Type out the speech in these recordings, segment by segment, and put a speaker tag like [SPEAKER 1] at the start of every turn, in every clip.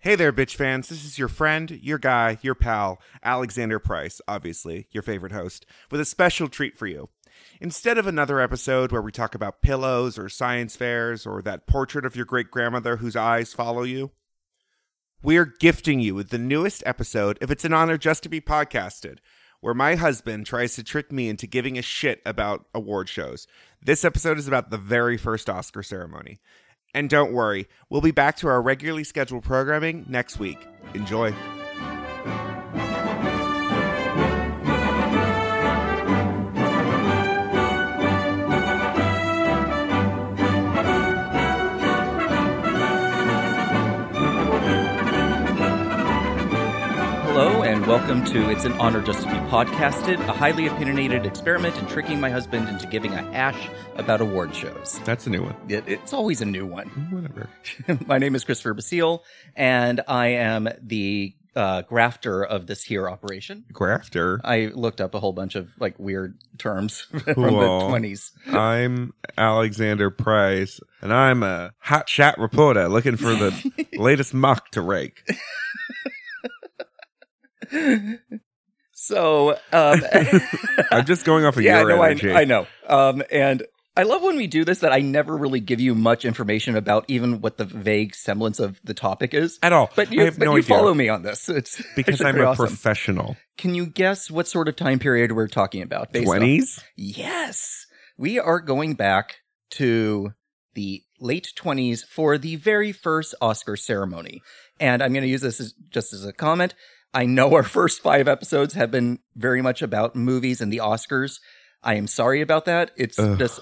[SPEAKER 1] Hey there, bitch fans. This is your friend, your guy, your pal, Alexander Price, obviously, your favorite host, with a special treat for you. Instead of another episode where we talk about pillows or science fairs or that portrait of your great grandmother whose eyes follow you, we're gifting you with the newest episode if it's an honor just to be podcasted, where my husband tries to trick me into giving a shit about award shows. This episode is about the very first Oscar ceremony. And don't worry, we'll be back to our regularly scheduled programming next week. Enjoy.
[SPEAKER 2] Hello, and welcome to It's an Honor Just to Be Podcasted, a highly opinionated experiment in tricking my husband into giving a hash about award shows.
[SPEAKER 1] That's a new one.
[SPEAKER 2] It- it's always a new one.
[SPEAKER 1] Whatever.
[SPEAKER 2] my name is Christopher Basile, and I am the uh, grafter of this here operation.
[SPEAKER 1] Grafter.
[SPEAKER 2] I looked up a whole bunch of like weird terms from
[SPEAKER 1] Cool.
[SPEAKER 2] the 20s.
[SPEAKER 1] I'm Alexander Price, and I'm a hot shot reporter looking for the latest muck to rake.
[SPEAKER 2] So, um,
[SPEAKER 1] I'm just going off of
[SPEAKER 2] yeah,
[SPEAKER 1] your
[SPEAKER 2] no, I,
[SPEAKER 1] energy.
[SPEAKER 2] I know. Um, and I love when we do this that I never really give you much information about even what the vague semblance of the topic is.
[SPEAKER 1] At all.
[SPEAKER 2] But you,
[SPEAKER 1] I have
[SPEAKER 2] but
[SPEAKER 1] no
[SPEAKER 2] you
[SPEAKER 1] idea.
[SPEAKER 2] follow me on this. It's
[SPEAKER 1] because
[SPEAKER 2] actually
[SPEAKER 1] I'm a
[SPEAKER 2] pretty awesome.
[SPEAKER 1] professional.
[SPEAKER 2] Can you guess what sort of time period we're talking about? based on-
[SPEAKER 1] 20s?
[SPEAKER 2] Yes. We are going back to the late 20s for the very first Oscar ceremony. And I'm going to use this as, just as a comment. I know our first five episodes have been very much about movies and the Oscars. I am sorry about that. It's
[SPEAKER 1] Ugh.
[SPEAKER 2] just,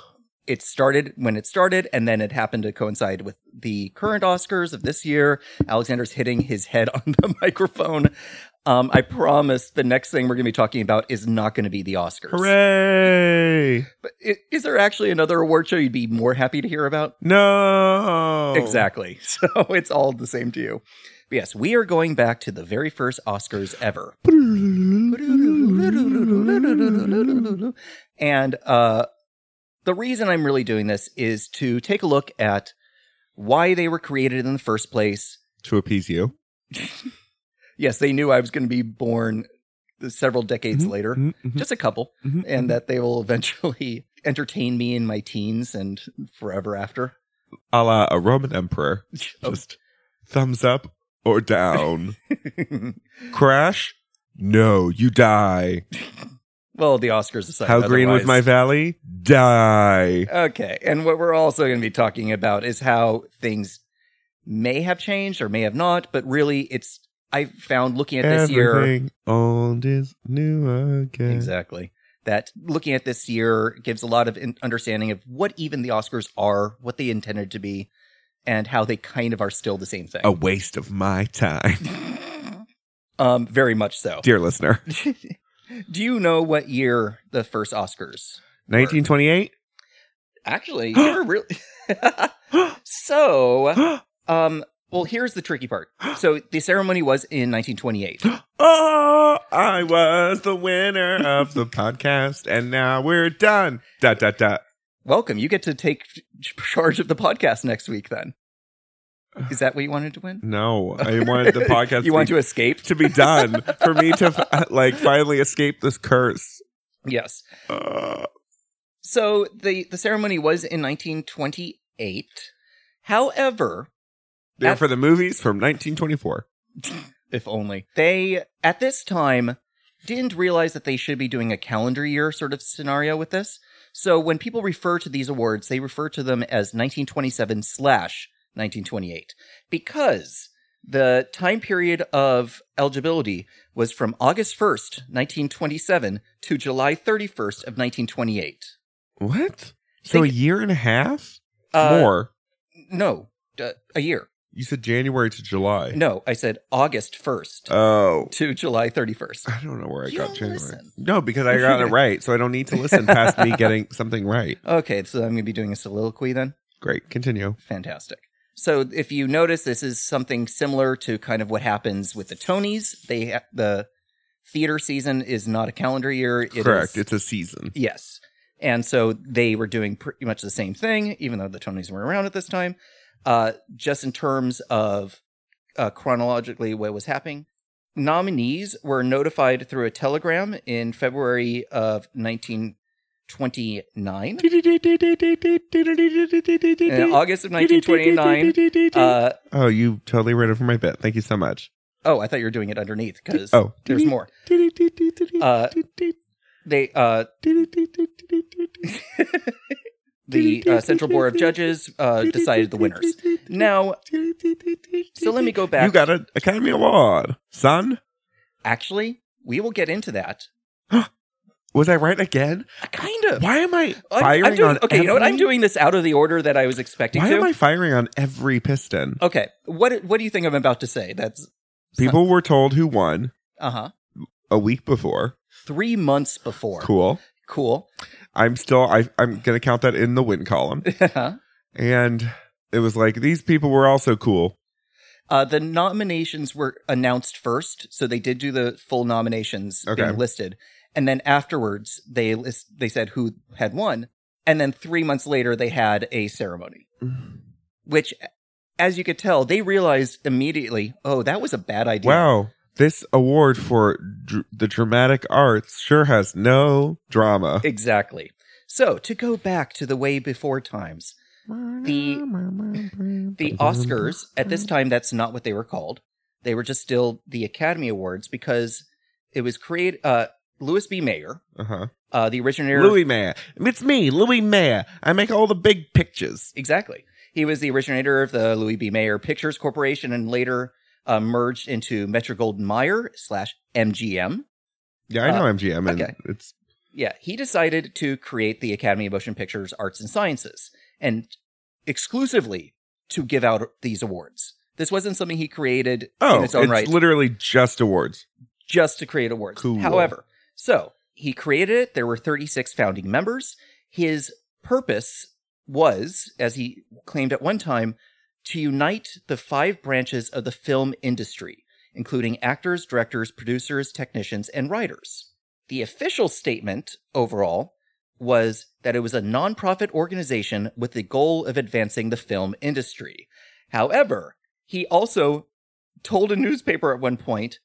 [SPEAKER 2] it started when it started, and then it happened to coincide with the current Oscars of this year. Alexander's hitting his head on the microphone. Um, I promise the next thing we're going to be talking about is not going to be the Oscars.
[SPEAKER 1] Hooray!
[SPEAKER 2] But i- is there actually another award show you'd be more happy to hear about?
[SPEAKER 1] No!
[SPEAKER 2] Exactly. So it's all the same to you. But yes, we are going back to the very first Oscars ever. And uh, the reason I'm really doing this is to take a look at why they were created in the first place.
[SPEAKER 1] To appease you.
[SPEAKER 2] Yes, they knew I was going to be born several decades
[SPEAKER 1] Mhm.
[SPEAKER 2] later,
[SPEAKER 1] Mhm, mhm,
[SPEAKER 2] just a couple,
[SPEAKER 1] mhm,
[SPEAKER 2] Mm-hmm. and uh,
[SPEAKER 1] mhm.
[SPEAKER 2] that they will eventually entertain me in my teens and forever after.
[SPEAKER 1] a la a Roman emperor.
[SPEAKER 2] Oh.
[SPEAKER 1] Just thumbs up or down. Crash? No, you die.
[SPEAKER 2] well, the Oscars aside.
[SPEAKER 1] How green was my
[SPEAKER 2] otherwise.
[SPEAKER 1] valley? Die.
[SPEAKER 2] Okay, and what we're also going to be talking about is how things may have changed or may have not, but really, it's I found looking at this year
[SPEAKER 1] Everything old is new again.
[SPEAKER 2] exactly that looking at this year gives a lot of in- understanding of what even the Oscars are, what they intended to be, and how they kind of are still the same thing.
[SPEAKER 1] A waste of my time.
[SPEAKER 2] um, very much so.
[SPEAKER 1] Dear listener.
[SPEAKER 2] Do you know what year the first Oscars?
[SPEAKER 1] 1928?
[SPEAKER 2] Actually, you're really. so, um, well, here's the tricky part. So the ceremony was in 1928.
[SPEAKER 1] oh, I was the winner of the podcast, and now we're done. Dot, dot, dot.
[SPEAKER 2] Welcome. You get to take ch- charge of the podcast next week. Then, is that what you wanted to win?
[SPEAKER 1] No, I wanted the podcast
[SPEAKER 2] you
[SPEAKER 1] to,
[SPEAKER 2] want
[SPEAKER 1] be,
[SPEAKER 2] to escape?
[SPEAKER 1] to be done for me to f- like finally escape this curse.
[SPEAKER 2] Yes.
[SPEAKER 1] Uh,
[SPEAKER 2] So the the ceremony was in 1928. However,
[SPEAKER 1] there
[SPEAKER 2] At-
[SPEAKER 1] for the movies from 1924.
[SPEAKER 2] if only they at this time didn't realize that they should be doing a calendar year sort of scenario with this so when people refer to these awards they refer to them as 1927 slash 1928 because the time period of eligibility was from august 1st 1927 to july 31st of 1928
[SPEAKER 1] What? So
[SPEAKER 2] Think-
[SPEAKER 1] a year and a half?
[SPEAKER 2] Uh,
[SPEAKER 1] More.
[SPEAKER 2] no uh, a year
[SPEAKER 1] You said January to July.
[SPEAKER 2] no i said august 1st
[SPEAKER 1] Oh.
[SPEAKER 2] to july 31st
[SPEAKER 1] I don't know where I
[SPEAKER 2] You
[SPEAKER 1] got
[SPEAKER 2] don't
[SPEAKER 1] January.
[SPEAKER 2] listen.
[SPEAKER 1] No, because I got it right, so I don't need to listen past me getting something right.
[SPEAKER 2] okay so i'm going to be doing a soliloquy then
[SPEAKER 1] Great. Continue.
[SPEAKER 2] fantastic. So if you notice, this is something similar to kind of what happens with the Tonys. They ha- the theater season is not a calendar year. It
[SPEAKER 1] Correct.
[SPEAKER 2] is-
[SPEAKER 1] It's a season.
[SPEAKER 2] yes, and so they were doing pretty much the same thing, even though the Tonys were around at this time. Uh, just in terms of uh, chronologically what was happening. Nominees were notified through a telegram in February of 1929. And in August of 1929, uh,
[SPEAKER 1] oh, you totally ran over my bit. Thank you so much.
[SPEAKER 2] oh, I thought you were doing it underneath because
[SPEAKER 1] Oh,
[SPEAKER 2] there's more. Uh, They uh, the uh, Central Board of Judges uh, decided the winners. Now, so let me go back.
[SPEAKER 1] You got an Academy Award, son.
[SPEAKER 2] Actually, we will get into that. Uh,
[SPEAKER 1] Was I right again?
[SPEAKER 2] Kind of.
[SPEAKER 1] Why am I
[SPEAKER 2] I'm-
[SPEAKER 1] firing
[SPEAKER 2] I'm doing,
[SPEAKER 1] on?
[SPEAKER 2] okay, you know what? I'm
[SPEAKER 1] every-
[SPEAKER 2] doing this out of the order that I was expecting
[SPEAKER 1] Why
[SPEAKER 2] to.
[SPEAKER 1] am I firing on every piston?
[SPEAKER 2] okay, what what do you think I'm about to say? That's
[SPEAKER 1] People were told who won
[SPEAKER 2] uh huh.
[SPEAKER 1] a week before.
[SPEAKER 2] Three months before.
[SPEAKER 1] Cool.
[SPEAKER 2] Cool.
[SPEAKER 1] I'm still. I, I'm gonna count that in the win column.
[SPEAKER 2] uh,
[SPEAKER 1] And it was like these people were also cool.
[SPEAKER 2] Uh, the nominations were announced first, so they did do the full nominations
[SPEAKER 1] Okay.
[SPEAKER 2] being listed, and then afterwards they list they said who had won, and then three months later they had a ceremony, which, as you could tell, they realized immediately, oh, that was a bad idea.
[SPEAKER 1] Wow. This award for dr- the dramatic arts sure has no drama.
[SPEAKER 2] Exactly. So to go back to the way before times,
[SPEAKER 1] The
[SPEAKER 2] the Oscars at this time that's not what they were called. They were just still the Academy Awards because it was created. Uh, Louis B. Mayer,
[SPEAKER 1] Uh-huh.
[SPEAKER 2] uh, the originator.
[SPEAKER 1] Louis Mayer. It's me, Louis Mayer. I make all the big pictures.
[SPEAKER 2] exactly. He was the originator of the Louis B. Mayer Pictures Corporation and later uh, merged into Metro Golden Mayer slash MGM.
[SPEAKER 1] Yeah, I know
[SPEAKER 2] Uh,
[SPEAKER 1] MGM, and
[SPEAKER 2] okay.
[SPEAKER 1] it's
[SPEAKER 2] Yeah, he decided to create the Academy of Motion Pictures Arts and Sciences and exclusively to give out these awards. This wasn't something he created
[SPEAKER 1] oh,
[SPEAKER 2] in
[SPEAKER 1] it's,
[SPEAKER 2] its own right
[SPEAKER 1] literally just awards.
[SPEAKER 2] just to create awards.
[SPEAKER 1] Cool.
[SPEAKER 2] However, so he created it. There were 36 founding members. His purpose was, as he claimed at one time, to unite the five branches of the film industry, including actors, directors, producers, technicians, and writers. The official statement overall was that it was a nonprofit organization with the goal of advancing the film industry. However, he also told a newspaper at one point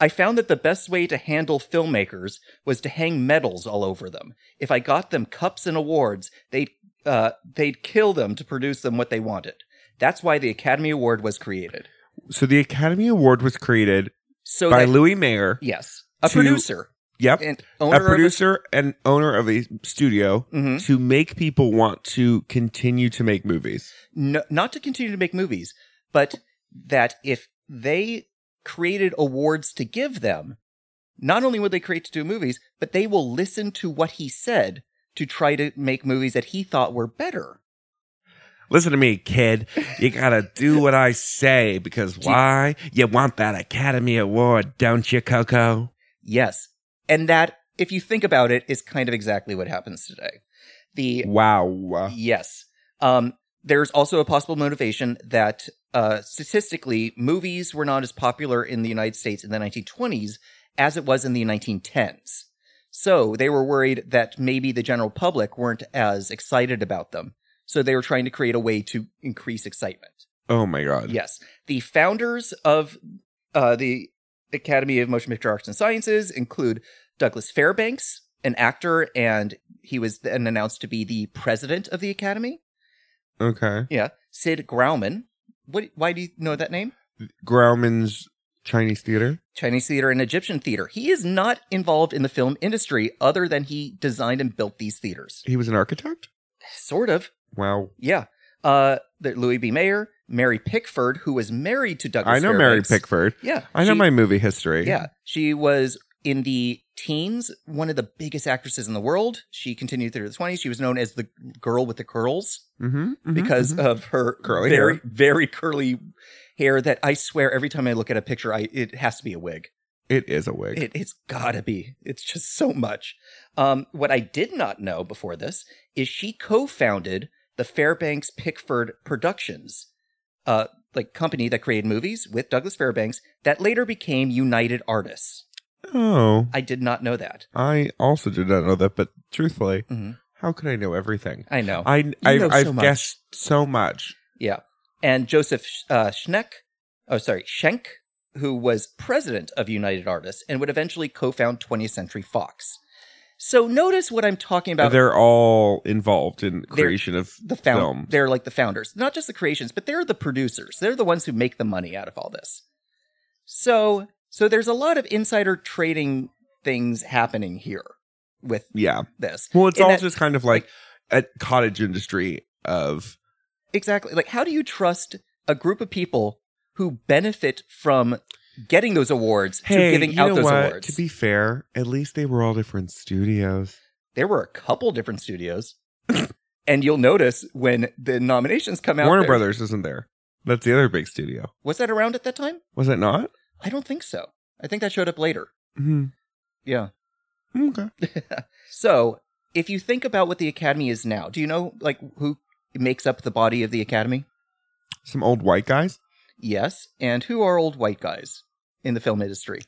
[SPEAKER 2] I found that the best way to handle filmmakers was to hang medals all over them. If I got them cups and awards, they'd uh, they'd kill them to produce them what they wanted. That's why the Academy Award was created.
[SPEAKER 1] So the Academy Award was created
[SPEAKER 2] So
[SPEAKER 1] by
[SPEAKER 2] that,
[SPEAKER 1] Louis Mayer.
[SPEAKER 2] yes, a
[SPEAKER 1] to-
[SPEAKER 2] producer,
[SPEAKER 1] Yep.
[SPEAKER 2] an
[SPEAKER 1] A
[SPEAKER 2] owner,
[SPEAKER 1] producer and owner of a studio
[SPEAKER 2] Of a, Mhm.
[SPEAKER 1] to make people want to continue to make movies.
[SPEAKER 2] no, not to continue to make movies, but that if they created awards to give them, not only would they create to do movies, but they will listen to what he said to try to make movies that he thought were better.
[SPEAKER 1] Listen to me, kid. You gotta do what I say because why? You want that Academy Award, don't you, Coco?
[SPEAKER 2] Yes. And that, if you think about it, is kind of exactly what happens today. The
[SPEAKER 1] Wow.
[SPEAKER 2] yes. Um, there's also a possible motivation that uh, statistically, movies were not as popular in the United States in the 1920s as it was in the 1910s. So they were worried that maybe the general public weren't as excited about them. So they were trying to create a way to increase excitement.
[SPEAKER 1] Oh my god.
[SPEAKER 2] Yes. The founders of uh, the Academy of Motion Picture Arts and Sciences include Douglas Fairbanks, an actor, and he was then announced to be the president of the Academy.
[SPEAKER 1] Okay.
[SPEAKER 2] Yeah. Sid Grauman. What, why do you know that name?
[SPEAKER 1] Grauman's Chinese Theater.
[SPEAKER 2] Chinese theater and Egyptian theater. He is not involved in the film industry other than he designed and built these theaters.
[SPEAKER 1] He was an architect?
[SPEAKER 2] Sort of.
[SPEAKER 1] Wow.
[SPEAKER 2] Yeah. Uh, the Louis B. Mayer, Mary Pickford, who was married to Douglas
[SPEAKER 1] I know Mary
[SPEAKER 2] Fairbanks.
[SPEAKER 1] Pickford.
[SPEAKER 2] Yeah.
[SPEAKER 1] I know
[SPEAKER 2] she-
[SPEAKER 1] my movie history.
[SPEAKER 2] Yeah, she was in the teens, one of the biggest actresses in the world. She continued through the 20s. She was known as the girl with the curls
[SPEAKER 1] Mm-hmm, mhm,
[SPEAKER 2] because
[SPEAKER 1] mhm.
[SPEAKER 2] of her
[SPEAKER 1] Curly
[SPEAKER 2] very
[SPEAKER 1] hair.
[SPEAKER 2] very curly hair that I swear every time I look at a picture I it has to be a wig.
[SPEAKER 1] it is a wig.
[SPEAKER 2] It, it's gotta be. It's just so much. Um, what I did not know before this is she co-founded the Fairbanks Pickford Productions, uh, like company that created movies with Douglas Fairbanks that later became United Artists.
[SPEAKER 1] oh.
[SPEAKER 2] I did not know that.
[SPEAKER 1] I also did not know that, but truthfully,
[SPEAKER 2] Mhm.
[SPEAKER 1] how could I know everything?
[SPEAKER 2] I know.
[SPEAKER 1] I, I
[SPEAKER 2] know so
[SPEAKER 1] I've
[SPEAKER 2] much.
[SPEAKER 1] guessed so much.
[SPEAKER 2] yeah. And Joseph Sch- uh, Schneck, oh, sorry, Schenck, who was president of United Artists and would eventually co found 20th Century Fox. So notice what I'm talking about.
[SPEAKER 1] They're all involved in creation of
[SPEAKER 2] the found
[SPEAKER 1] film.
[SPEAKER 2] they're like the founders not just the creations but they're the producers they're the ones who make the money out of all this so so there's a lot of insider trading things happening here with
[SPEAKER 1] Yeah.
[SPEAKER 2] this
[SPEAKER 1] Well, it's
[SPEAKER 2] In
[SPEAKER 1] all
[SPEAKER 2] that-
[SPEAKER 1] just kind of like a cottage industry of
[SPEAKER 2] exactly like how do you trust a group of people who benefit from getting those awards to giving out those awards
[SPEAKER 1] To be fair, at least they were all different studios.
[SPEAKER 2] there were a couple different studios and you'll notice when the nominations come out
[SPEAKER 1] Warner
[SPEAKER 2] there-
[SPEAKER 1] Brothers isn't there. That's the other big studio.
[SPEAKER 2] was that around at that time
[SPEAKER 1] Was it not?
[SPEAKER 2] i don't think so i think that showed up later
[SPEAKER 1] hmm
[SPEAKER 2] yeah
[SPEAKER 1] Mm, Okay.
[SPEAKER 2] So, if you think about what the Academy is now, do you know like who makes up the body of the Academy?
[SPEAKER 1] Some old white guys,
[SPEAKER 2] Yes, and who are old white guys in the film industry?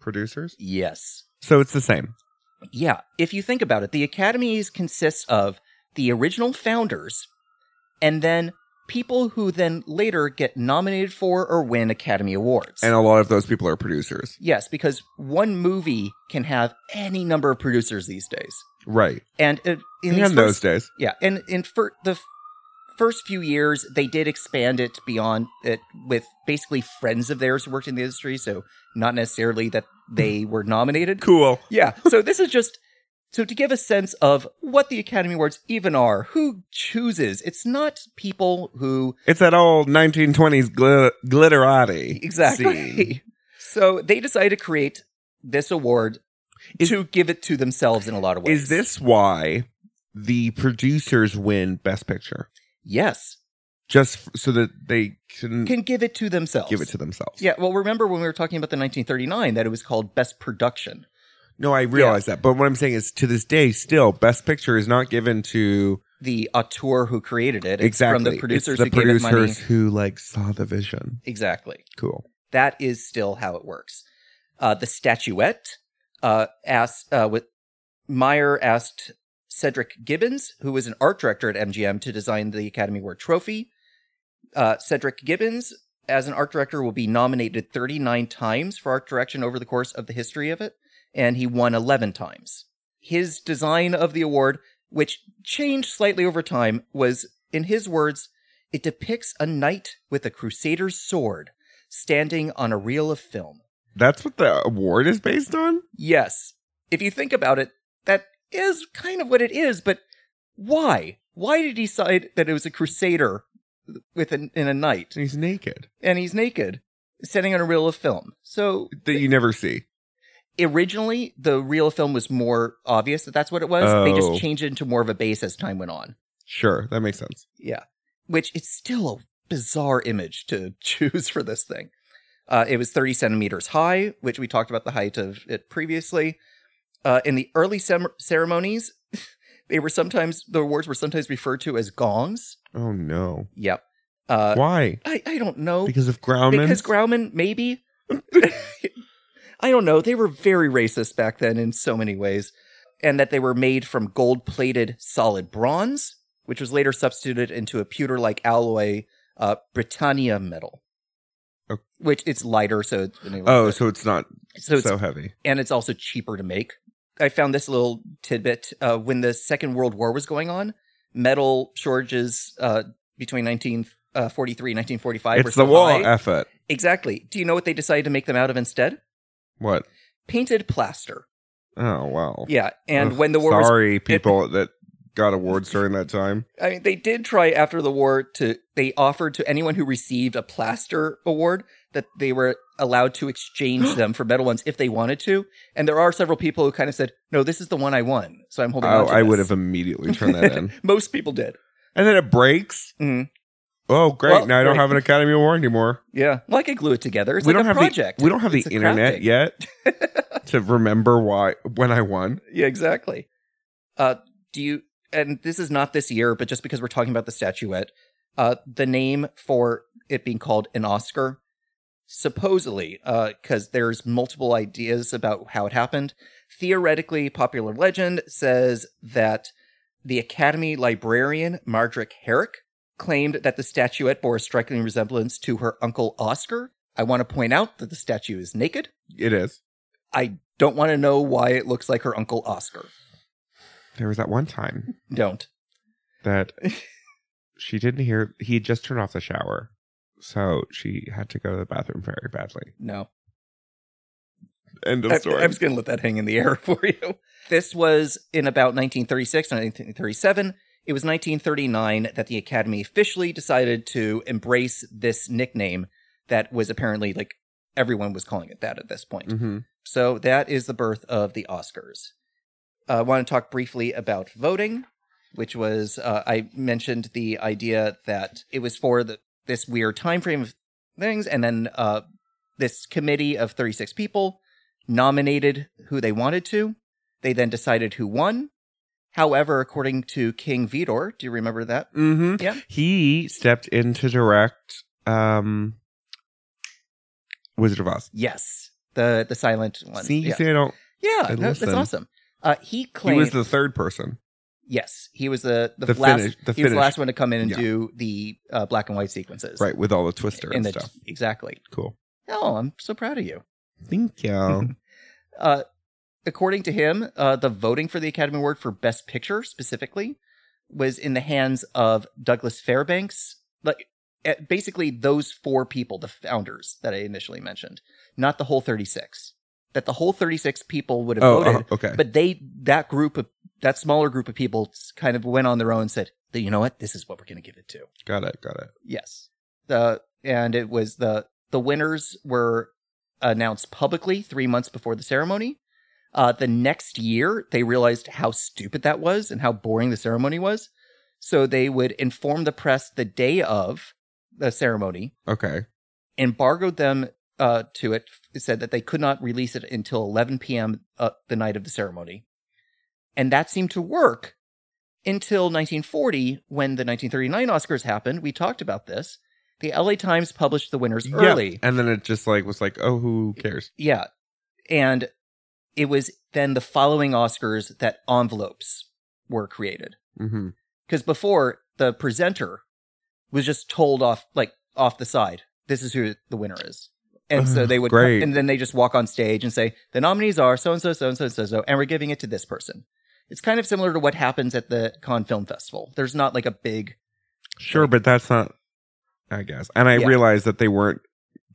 [SPEAKER 1] producers.
[SPEAKER 2] Yes.
[SPEAKER 1] So it's the same.
[SPEAKER 2] Yeah, if you think about it, the Academies consists of the original founders and then people who then later get nominated for or win Academy Awards.
[SPEAKER 1] And a lot of those people are producers.
[SPEAKER 2] yes, because one movie can have any number of producers these days.
[SPEAKER 1] Right.
[SPEAKER 2] And uh, in
[SPEAKER 1] In
[SPEAKER 2] these first-
[SPEAKER 1] those days.
[SPEAKER 2] Yeah, and in for the f- first few years, they did expand it beyond it with basically friends of theirs who worked in the industry, so not necessarily that they were nominated.
[SPEAKER 1] Cool.
[SPEAKER 2] Yeah, so this is just so to give a sense of what the Academy Awards even are, who chooses. It's not people who
[SPEAKER 1] It's that old 1920s gl- glitterati. scene.
[SPEAKER 2] exactly. So they decide to create this award
[SPEAKER 1] Is-
[SPEAKER 2] to give it to themselves in a lot of ways.
[SPEAKER 1] Is this why the producers win Best Picture?
[SPEAKER 2] yes?
[SPEAKER 1] Just f- so that they can,
[SPEAKER 2] Can give it to themselves.
[SPEAKER 1] give it to themselves.
[SPEAKER 2] Yeah, well, remember when we were talking about the 1939 that it was called Best Production.
[SPEAKER 1] No, I realize that. But what I'm saying is to this day, still, Best Picture is not given to
[SPEAKER 2] The auteur who created it, it's
[SPEAKER 1] exactly
[SPEAKER 2] from the
[SPEAKER 1] It's
[SPEAKER 2] producers
[SPEAKER 1] the
[SPEAKER 2] who gave it money.
[SPEAKER 1] producers who like saw the vision.
[SPEAKER 2] Exactly,
[SPEAKER 1] Cool.
[SPEAKER 2] that is still how it works. Uh, the statuette uh, asked uh, with Meyer asked Cedric Gibbons, who was an art director at MGM, to design the Academy Award trophy. Uh, Cedric Gibbons, as an art director, will be nominated 39 times for art direction over the course of the history of it, and he won 11 times. His design of the award, which changed slightly over time, was, in his words, it depicts a knight with a crusader's sword standing on a reel of film.
[SPEAKER 1] That's what the award is based on?
[SPEAKER 2] Yes. If you think about it, that is kind of what it is, but why? Why did he decide that it was a crusader with an, in a knight
[SPEAKER 1] And he's naked.
[SPEAKER 2] and he's naked standing on a reel of film? So
[SPEAKER 1] That you never see.
[SPEAKER 2] originally, the reel of film was more obvious that that's what it was. They
[SPEAKER 1] Oh.
[SPEAKER 2] just changed it into more of a base as time went on,
[SPEAKER 1] Sure, that makes sense.
[SPEAKER 2] which it's still a bizarre image to choose for this thing. Uh, it was 30 centimeters high, which we talked about the height of it previously. Uh, in the early cem- ceremonies, they were sometimes, the awards were sometimes referred to as gongs.
[SPEAKER 1] Oh no.
[SPEAKER 2] Yep. Uh,
[SPEAKER 1] Why?
[SPEAKER 2] I, I don't know.
[SPEAKER 1] Because of Grauman?
[SPEAKER 2] Because Grauman, maybe. I don't know. They were very racist back then in so many ways, and that they were made from gold plated solid bronze, which was later substituted into a pewter like alloy uh, Britannia metal,
[SPEAKER 1] Oh.
[SPEAKER 2] which it's lighter, so it's-
[SPEAKER 1] oh, so it's not
[SPEAKER 2] so it's
[SPEAKER 1] so heavy.
[SPEAKER 2] and it's also cheaper to make. I found this little tidbit uh, when the Second World War was going on. Metal shortages uh, between 1943 and 1945 were
[SPEAKER 1] It's the
[SPEAKER 2] so
[SPEAKER 1] wall
[SPEAKER 2] high.
[SPEAKER 1] effort.
[SPEAKER 2] Exactly. Do you know what they decided to make them out of instead?
[SPEAKER 1] What?
[SPEAKER 2] Painted plaster.
[SPEAKER 1] Oh wow.
[SPEAKER 2] Yeah. And
[SPEAKER 1] Ugh,
[SPEAKER 2] when the war was
[SPEAKER 1] Sorry, people that got awards during that time.
[SPEAKER 2] I mean, they did try after the war to, they offered to anyone who received a plaster award that they were allowed to exchange them for metal ones if they wanted to. And there are several people who kind of said, no, this is the one I won. So I'm holding on
[SPEAKER 1] Oh,
[SPEAKER 2] to
[SPEAKER 1] I
[SPEAKER 2] this."
[SPEAKER 1] would have immediately turned that in.
[SPEAKER 2] Most people did.
[SPEAKER 1] And then it breaks.
[SPEAKER 2] Mhm.
[SPEAKER 1] Oh, great.
[SPEAKER 2] Well,
[SPEAKER 1] now I don't
[SPEAKER 2] great.
[SPEAKER 1] have an Academy Award anymore.
[SPEAKER 2] Yeah. Well, I could glue it together. It's
[SPEAKER 1] we
[SPEAKER 2] like
[SPEAKER 1] don't
[SPEAKER 2] a
[SPEAKER 1] have
[SPEAKER 2] project.
[SPEAKER 1] The, we don't have
[SPEAKER 2] It's
[SPEAKER 1] the
[SPEAKER 2] a craft
[SPEAKER 1] internet
[SPEAKER 2] thing.
[SPEAKER 1] yet to remember why when I won.
[SPEAKER 2] Yeah, exactly. Uh, do you? And this is not this year, but just because we're talking about the statuette, uh, the name for it being called an Oscar, supposedly, because there's multiple ideas about how it happened. Theoretically, popular legend says that the Academy librarian Margaret Herrick claimed that the statuette bore a striking resemblance to her uncle Oscar, I want to point out that the statue is naked.
[SPEAKER 1] It is.
[SPEAKER 2] I don't want to know why it looks like her uncle Oscar.
[SPEAKER 1] There was that one time
[SPEAKER 2] Don't.
[SPEAKER 1] that she didn't hear. He had just turned off the shower, so she had to go to the bathroom very badly.
[SPEAKER 2] No.
[SPEAKER 1] End
[SPEAKER 2] I-
[SPEAKER 1] of story.
[SPEAKER 2] I, was going to let that hang in the air for you. This was in about 1936, 1937. It was 1939 that the Academy officially decided to embrace this nickname that was apparently like everyone was calling it that at this point.
[SPEAKER 1] Mhm.
[SPEAKER 2] So that is the birth of the Oscars. Uh, I want to talk briefly about voting, which was uh, I mentioned the idea that it was for the, this weird time frame of things, and then uh, this committee of 36 people nominated who they wanted to. They then decided who won. However, according to King Vidor, do you remember that?
[SPEAKER 1] Mm-hmm.
[SPEAKER 2] Yeah.
[SPEAKER 1] He stepped in to direct um Wizard of Oz.
[SPEAKER 2] Yes, the the silent one.
[SPEAKER 1] See, you
[SPEAKER 2] yeah,
[SPEAKER 1] see, I don't.
[SPEAKER 2] yeah
[SPEAKER 1] I
[SPEAKER 2] no, that's
[SPEAKER 1] listen.
[SPEAKER 2] awesome. Uh, he
[SPEAKER 1] He
[SPEAKER 2] claimed
[SPEAKER 1] was the third person.
[SPEAKER 2] Yes, he was the the,
[SPEAKER 1] The
[SPEAKER 2] last.
[SPEAKER 1] finish- the
[SPEAKER 2] he was the
[SPEAKER 1] finish.
[SPEAKER 2] last one to come in and
[SPEAKER 1] Yeah.
[SPEAKER 2] do the uh, black and white sequences.
[SPEAKER 1] Right, with all the twister
[SPEAKER 2] In
[SPEAKER 1] and
[SPEAKER 2] the,
[SPEAKER 1] stuff.
[SPEAKER 2] exactly.
[SPEAKER 1] Cool.
[SPEAKER 2] Oh, I'm so proud of you.
[SPEAKER 1] Thank you.
[SPEAKER 2] Uh, according to him, uh, the voting for the Academy Award for Best Picture specifically was in the hands of Douglas Fairbanks. Like eh, basically those four people, the founders that I initially mentioned, not the whole 36. That the whole 36 people would have
[SPEAKER 1] oh,
[SPEAKER 2] voted,
[SPEAKER 1] uh, okay.
[SPEAKER 2] but they that group of that smaller group of people s- kind of went on their own and said that you know what this is what we're going to give it to
[SPEAKER 1] got it. Got it.
[SPEAKER 2] yes the and it was the the winners were announced publicly three months before the ceremony uh the next year they realized how stupid that was and how boring the ceremony was so they would inform the press the day of the ceremony
[SPEAKER 1] Okay.
[SPEAKER 2] embargoed them uh, to it. It said that they could not release it until 11 p.m. Uh, the night of the ceremony, and that seemed to work until 1940 when the 1939 Oscars happened. We talked about this. The LA Times published the winners
[SPEAKER 1] Yeah.
[SPEAKER 2] early.
[SPEAKER 1] And then it just like was like, oh, who cares?
[SPEAKER 2] Yeah. And it was then the following Oscars that envelopes were created.
[SPEAKER 1] Mm-hmm.
[SPEAKER 2] Because before, the presenter was just told off, like off the side, this is who the winner is. And so
[SPEAKER 1] Ugh,
[SPEAKER 2] they would,
[SPEAKER 1] great.
[SPEAKER 2] and then they just walk on stage and say, the nominees are so and so, so and so, so and so, and we're giving it to this person. It's kind of similar to what happens at the Cannes Film Festival. There's not like a big,
[SPEAKER 1] Sure, but that's not. I guess. And I
[SPEAKER 2] Yeah.
[SPEAKER 1] realized that they weren't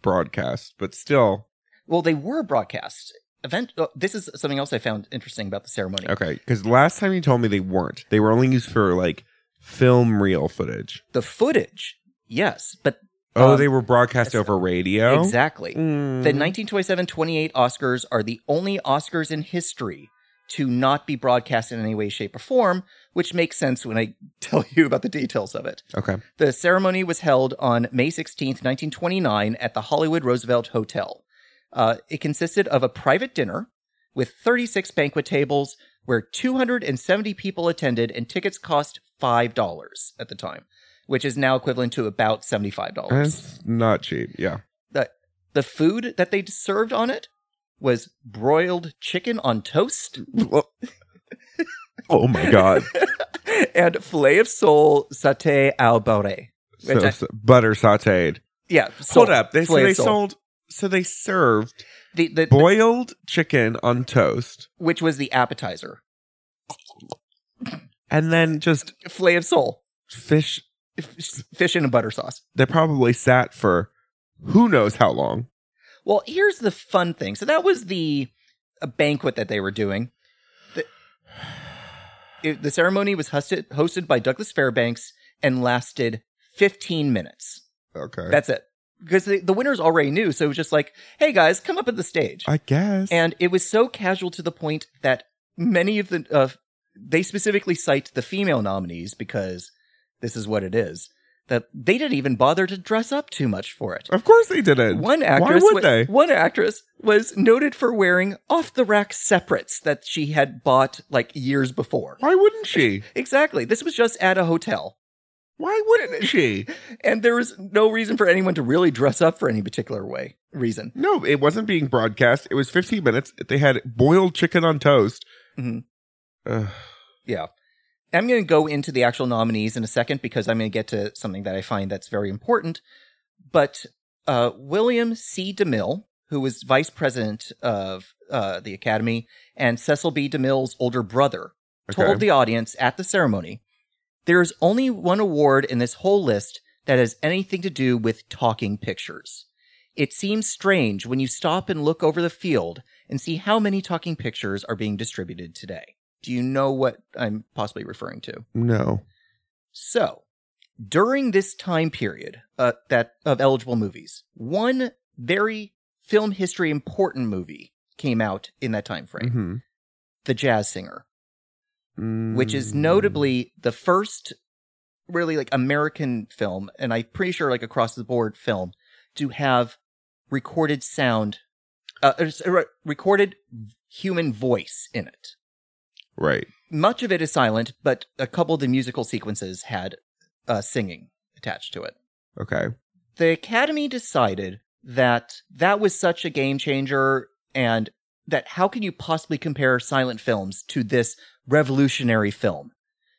[SPEAKER 1] broadcast, but still.
[SPEAKER 2] well, they were broadcast event. oh, this is something else I found interesting about the ceremony.
[SPEAKER 1] Okay. Because last time you told me they weren't. They were only used for like film reel footage.
[SPEAKER 2] The footage, yes, but
[SPEAKER 1] Oh,
[SPEAKER 2] Um,
[SPEAKER 1] they were broadcast
[SPEAKER 2] yes.
[SPEAKER 1] over radio.
[SPEAKER 2] exactly.
[SPEAKER 1] Mm.
[SPEAKER 2] The 1927-28 Oscars are the only Oscars in history to not be broadcast in any way, shape, or form, which makes sense when I tell you about the details of it.
[SPEAKER 1] Okay.
[SPEAKER 2] The ceremony was held on May 16th, 1929, at the Hollywood Roosevelt Hotel. Uh, it consisted of a private dinner with 36 banquet tables where 270 people attended, and tickets cost $5 at the time, which is now equivalent to about $75.
[SPEAKER 1] That's not cheap. Yeah.
[SPEAKER 2] The food that they served on it was broiled chicken on toast
[SPEAKER 1] oh my god.
[SPEAKER 2] and filet of sole satay al bore.
[SPEAKER 1] So,
[SPEAKER 2] Which I-
[SPEAKER 1] so- butter sauteed.
[SPEAKER 2] Yeah, sole.
[SPEAKER 1] Hold up. They so
[SPEAKER 2] Filet
[SPEAKER 1] they
[SPEAKER 2] of sole.
[SPEAKER 1] sold so they served
[SPEAKER 2] The, the,
[SPEAKER 1] boiled chicken on toast
[SPEAKER 2] which was the appetizer.
[SPEAKER 1] and then just
[SPEAKER 2] Filet of sole,
[SPEAKER 1] fish
[SPEAKER 2] F- fish in a butter sauce.
[SPEAKER 1] they probably sat for who knows how long.
[SPEAKER 2] Well, here's the fun thing. So that was the a banquet that they were doing. The, it- the ceremony was hosted, hosted by Douglas Fairbanks and lasted 15 minutes.
[SPEAKER 1] Okay.
[SPEAKER 2] That's it. Because the, the winners already knew, so it was just like, hey guys, come up at the stage.
[SPEAKER 1] I guess.
[SPEAKER 2] And it was so casual to the point that many of the uh, they specifically cite the female nominees because this is what it is that they didn't even bother to dress up too much for it.
[SPEAKER 1] of course they didn't.
[SPEAKER 2] One actress,
[SPEAKER 1] would
[SPEAKER 2] wa-
[SPEAKER 1] they?
[SPEAKER 2] one actress was noted for wearing off the rack separates that she had bought like years before.
[SPEAKER 1] Why wouldn't she?
[SPEAKER 2] Exactly. This was just at a hotel.
[SPEAKER 1] Why wouldn't she?
[SPEAKER 2] And there was no reason for anyone to really dress up for any particular way reason.
[SPEAKER 1] No, it wasn't being broadcast. It was 15 minutes. They had boiled chicken on toast.
[SPEAKER 2] Mhm.
[SPEAKER 1] Ugh.
[SPEAKER 2] I'm going to go into the actual nominees in a second because I'm going to get to something that I find that's very important. But uh, William C. DeMille, who was vice president of uh, the Academy, and Cecil B. DeMille's older brother, told the audience at the ceremony there is only one award in this whole list that has anything to do with talking pictures. It seems strange when you stop and look over the field and see how many talking pictures are being distributed today. Do you know what I'm possibly referring to?
[SPEAKER 1] No.
[SPEAKER 2] So, during this time period uh, that of eligible movies, one very film history important movie came out in that time frame,
[SPEAKER 1] Mhm.
[SPEAKER 2] The Jazz Singer, which is
[SPEAKER 1] Mm.
[SPEAKER 2] notably the first really like American film and I'm pretty sure like across the board film to have recorded sound uh, uh, s- uh, recorded human voice in it.
[SPEAKER 1] right.
[SPEAKER 2] Much of it is silent, but a couple of the musical sequences had uh, singing attached to it.
[SPEAKER 1] Okay.
[SPEAKER 2] The Academy decided that that was such a game changer and that how can you possibly compare silent films to this revolutionary film?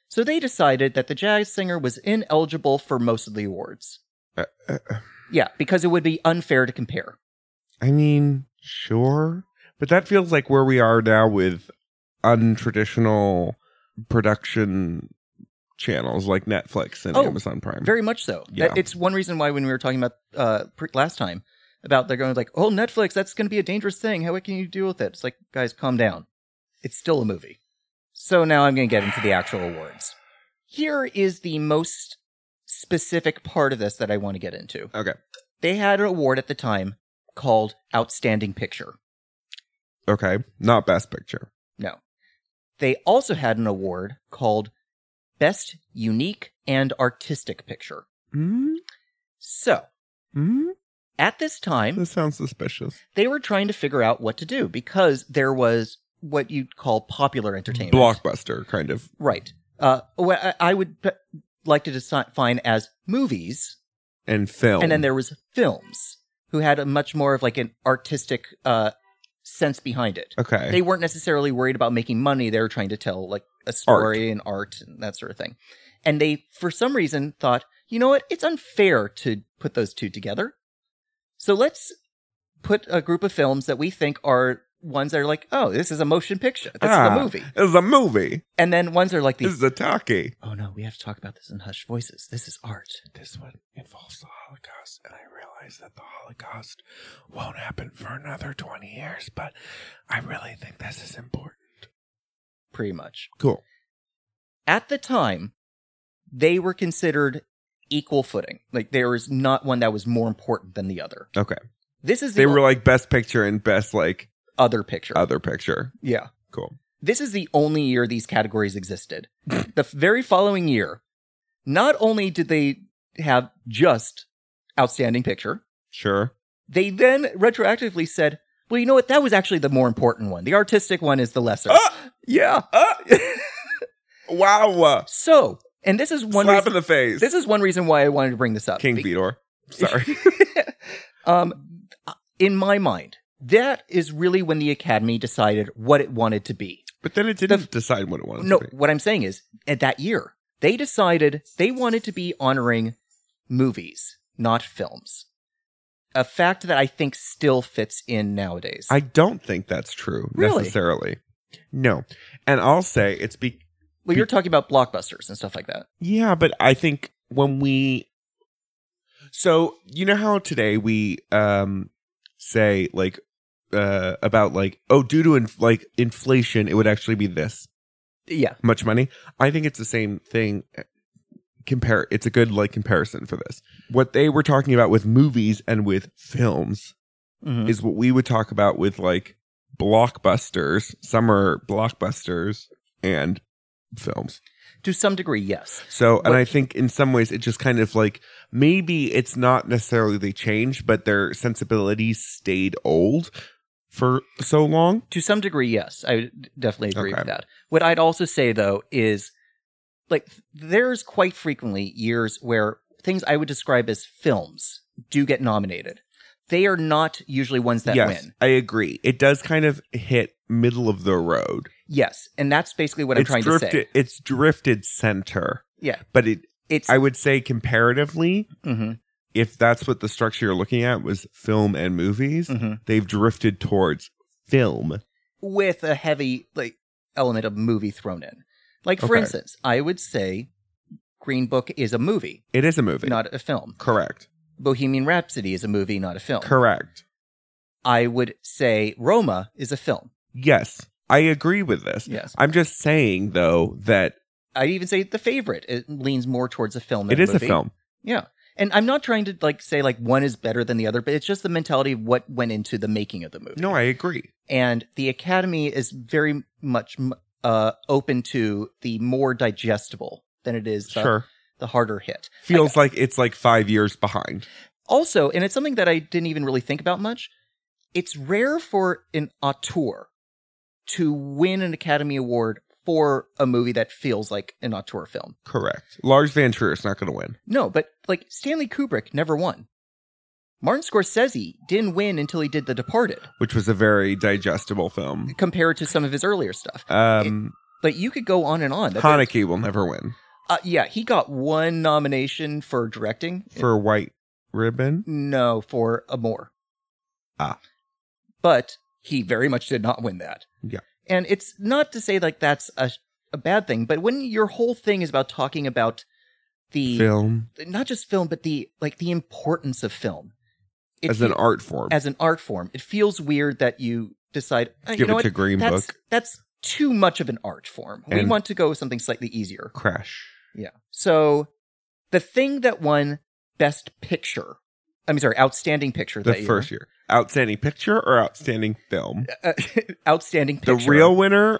[SPEAKER 2] So they decided that the jazz singer was ineligible for most of the awards.
[SPEAKER 1] Uh, uh, uh,
[SPEAKER 2] Yeah, because it would be unfair to compare.
[SPEAKER 1] I mean, sure, but that feels like where we are now with untraditional production channels like Netflix and
[SPEAKER 2] Oh,
[SPEAKER 1] Amazon Prime.
[SPEAKER 2] Very much so.
[SPEAKER 1] Yeah.
[SPEAKER 2] That- It's one reason why when we were talking about uh, pre- last time about they're going like, oh, Netflix, that's going to be a dangerous thing. How can you deal with it? It's like, guys, calm down. It's still a movie. So now I'm going to get into the actual awards. Here is the most specific part of this that I want to get into.
[SPEAKER 1] Okay.
[SPEAKER 2] They had an award at the time called Outstanding Picture.
[SPEAKER 1] okay, not Best Picture.
[SPEAKER 2] No. They also had an award called Best Unique and Artistic Picture.
[SPEAKER 1] Mm-hmm.
[SPEAKER 2] So at this time,
[SPEAKER 1] This sounds suspicious.
[SPEAKER 2] they were trying to figure out what to do because there was what you'd call popular entertainment.
[SPEAKER 1] Blockbuster, kind of.
[SPEAKER 2] Right. Uh, what I- I would p- like to define as movies,
[SPEAKER 1] And film.
[SPEAKER 2] and then there was films, who had a much more of like an artistic uh, sense behind it.
[SPEAKER 1] Okay.
[SPEAKER 2] They weren't necessarily worried about making money. They were trying to tell like a story and art and that sort of thing. And they, for some reason, thought, you know what? It's unfair to put those two together. So let's put a group of films that we think are ones that are like, oh, this is a motion picture. This is
[SPEAKER 1] Ah.
[SPEAKER 2] a movie.
[SPEAKER 1] This is a movie.
[SPEAKER 2] And then ones that are like
[SPEAKER 1] This
[SPEAKER 2] these.
[SPEAKER 1] is a talkie.
[SPEAKER 2] Oh no, we have to talk about this in hushed voices. This is art.
[SPEAKER 1] This one involves the Holocaust, and I realize that the Holocaust won't happen for another 20 years, but I really think this is important.
[SPEAKER 2] Pretty much.
[SPEAKER 1] Cool.
[SPEAKER 2] At the time, they were considered equal footing. Like there was not one that was more important than the other.
[SPEAKER 1] Okay.
[SPEAKER 2] This is the
[SPEAKER 1] They were like best picture and best like
[SPEAKER 2] other picture.
[SPEAKER 1] other picture.
[SPEAKER 2] yeah.
[SPEAKER 1] Cool.
[SPEAKER 2] This is the only year these categories existed. the very following year, not only did they have just outstanding picture,
[SPEAKER 1] Sure.
[SPEAKER 2] they then retroactively said, well, you know what? That was actually the more important one. The artistic one is the lesser.
[SPEAKER 1] Ah!
[SPEAKER 2] yeah.
[SPEAKER 1] Ah! wow.
[SPEAKER 2] So, and this is one
[SPEAKER 1] Slap
[SPEAKER 2] reason,
[SPEAKER 1] in the face.
[SPEAKER 2] this is one reason why I wanted to bring this up.
[SPEAKER 1] King
[SPEAKER 2] Be-
[SPEAKER 1] Vidor. Sorry.
[SPEAKER 2] um, in my mind, that is really when the Academy decided what it wanted to be.
[SPEAKER 1] but then it didn't decide what it wanted
[SPEAKER 2] No,
[SPEAKER 1] to be.
[SPEAKER 2] what I'm saying is, at that year, they decided they wanted to be honoring movies, not films. A fact that I think still fits in nowadays.
[SPEAKER 1] I don't think that's true
[SPEAKER 2] Really?
[SPEAKER 1] necessarily. No. And I'll say it's be
[SPEAKER 2] well, you're talking about blockbusters and stuff like that.
[SPEAKER 1] Yeah, but I think when we so you know how today we um say like uh about like oh due to inf- like inflation it would actually be this
[SPEAKER 2] Yeah.
[SPEAKER 1] much money. I think it's the same thing. uh, Compare it's a good like comparison for this. What they were talking about with movies and with films
[SPEAKER 2] Mhm.
[SPEAKER 1] is what we would talk about with like blockbusters, summer blockbusters and films.
[SPEAKER 2] To some degree, yes.
[SPEAKER 1] So, and
[SPEAKER 2] What-
[SPEAKER 1] I think in some ways it just kind of like maybe it's not necessarily they changed, but their sensibilities stayed old for so long.
[SPEAKER 2] To some degree, yes. I would definitely agree
[SPEAKER 1] Okay.
[SPEAKER 2] with that. What I'd also say, though, is like there's quite frequently years where things I would describe as films do get nominated. They are not usually ones that win.
[SPEAKER 1] I agree. It does kind of hit middle of the road.
[SPEAKER 2] Yes, and that's basically what I'm
[SPEAKER 1] it's
[SPEAKER 2] trying
[SPEAKER 1] drifted,
[SPEAKER 2] to say.
[SPEAKER 1] It's drifted center,
[SPEAKER 2] Yeah,
[SPEAKER 1] but it
[SPEAKER 2] it's
[SPEAKER 1] I would say comparatively,
[SPEAKER 2] mhm.
[SPEAKER 1] if that's what the structure you're looking at was film and movies,
[SPEAKER 2] Mhm.
[SPEAKER 1] they've drifted towards film.
[SPEAKER 2] with a heavy like element of movie thrown in. Like for
[SPEAKER 1] Okay.
[SPEAKER 2] instance, I would say Green Book is a movie,
[SPEAKER 1] It is a movie.
[SPEAKER 2] not a film.
[SPEAKER 1] correct.
[SPEAKER 2] Bohemian Rhapsody is a movie, not a film.
[SPEAKER 1] Correct.
[SPEAKER 2] I would say Roma is a film.
[SPEAKER 1] Yes, I agree with this.
[SPEAKER 2] Yes.
[SPEAKER 1] I'm just saying though that
[SPEAKER 2] I'd even say The Favorite it leans more towards a film. Than
[SPEAKER 1] it is a
[SPEAKER 2] movie.
[SPEAKER 1] film.
[SPEAKER 2] Yeah. And I'm not trying to like say like one is better than the other, but it's just the mentality of what went into the making of the movie.
[SPEAKER 1] No, I agree.
[SPEAKER 2] and the academy is very much m- uh open to the more digestible than it is the,
[SPEAKER 1] Sure.
[SPEAKER 2] the harder hit.
[SPEAKER 1] Feels like it's like five years behind.
[SPEAKER 2] Also, and it's something that I didn't even really think about much. It's rare for an auteur to win an Academy Award for a movie that feels like an auteur film.
[SPEAKER 1] Correct. Lars Van Trier is not going to win.
[SPEAKER 2] No, but like Stanley Kubrick never won. Martin Scorsese didn't win until he did The Departed,
[SPEAKER 1] which was a very digestible film.
[SPEAKER 2] compared to some of his earlier stuff.
[SPEAKER 1] Um,
[SPEAKER 2] But you could go on and on. That-
[SPEAKER 1] Haneke will never win
[SPEAKER 2] Uh, yeah, he got one nomination for directing.
[SPEAKER 1] for White Ribbon.
[SPEAKER 2] no, for a more.
[SPEAKER 1] Ah.
[SPEAKER 2] But he very much did not win that.
[SPEAKER 1] Yeah.
[SPEAKER 2] And it's not to say like that's a a bad thing, but when your whole thing is about talking about the
[SPEAKER 1] Film
[SPEAKER 2] not just film, but the like the importance of film it
[SPEAKER 1] as an
[SPEAKER 2] fe-
[SPEAKER 1] art form.
[SPEAKER 2] as an art form, it feels weird that you decide "Uh, you
[SPEAKER 1] Give
[SPEAKER 2] know
[SPEAKER 1] it
[SPEAKER 2] what?
[SPEAKER 1] to Green
[SPEAKER 2] that's
[SPEAKER 1] Book.
[SPEAKER 2] that's too much of an art form. we
[SPEAKER 1] And-
[SPEAKER 2] want to go with something slightly easier.
[SPEAKER 1] Crash.
[SPEAKER 2] Yeah. So the thing that won Best Picture, I'm sorry, Outstanding Picture
[SPEAKER 1] The
[SPEAKER 2] that
[SPEAKER 1] first year. Outstanding picture or outstanding film?
[SPEAKER 2] year, uh, Outstanding
[SPEAKER 1] The
[SPEAKER 2] Picture,
[SPEAKER 1] real winner,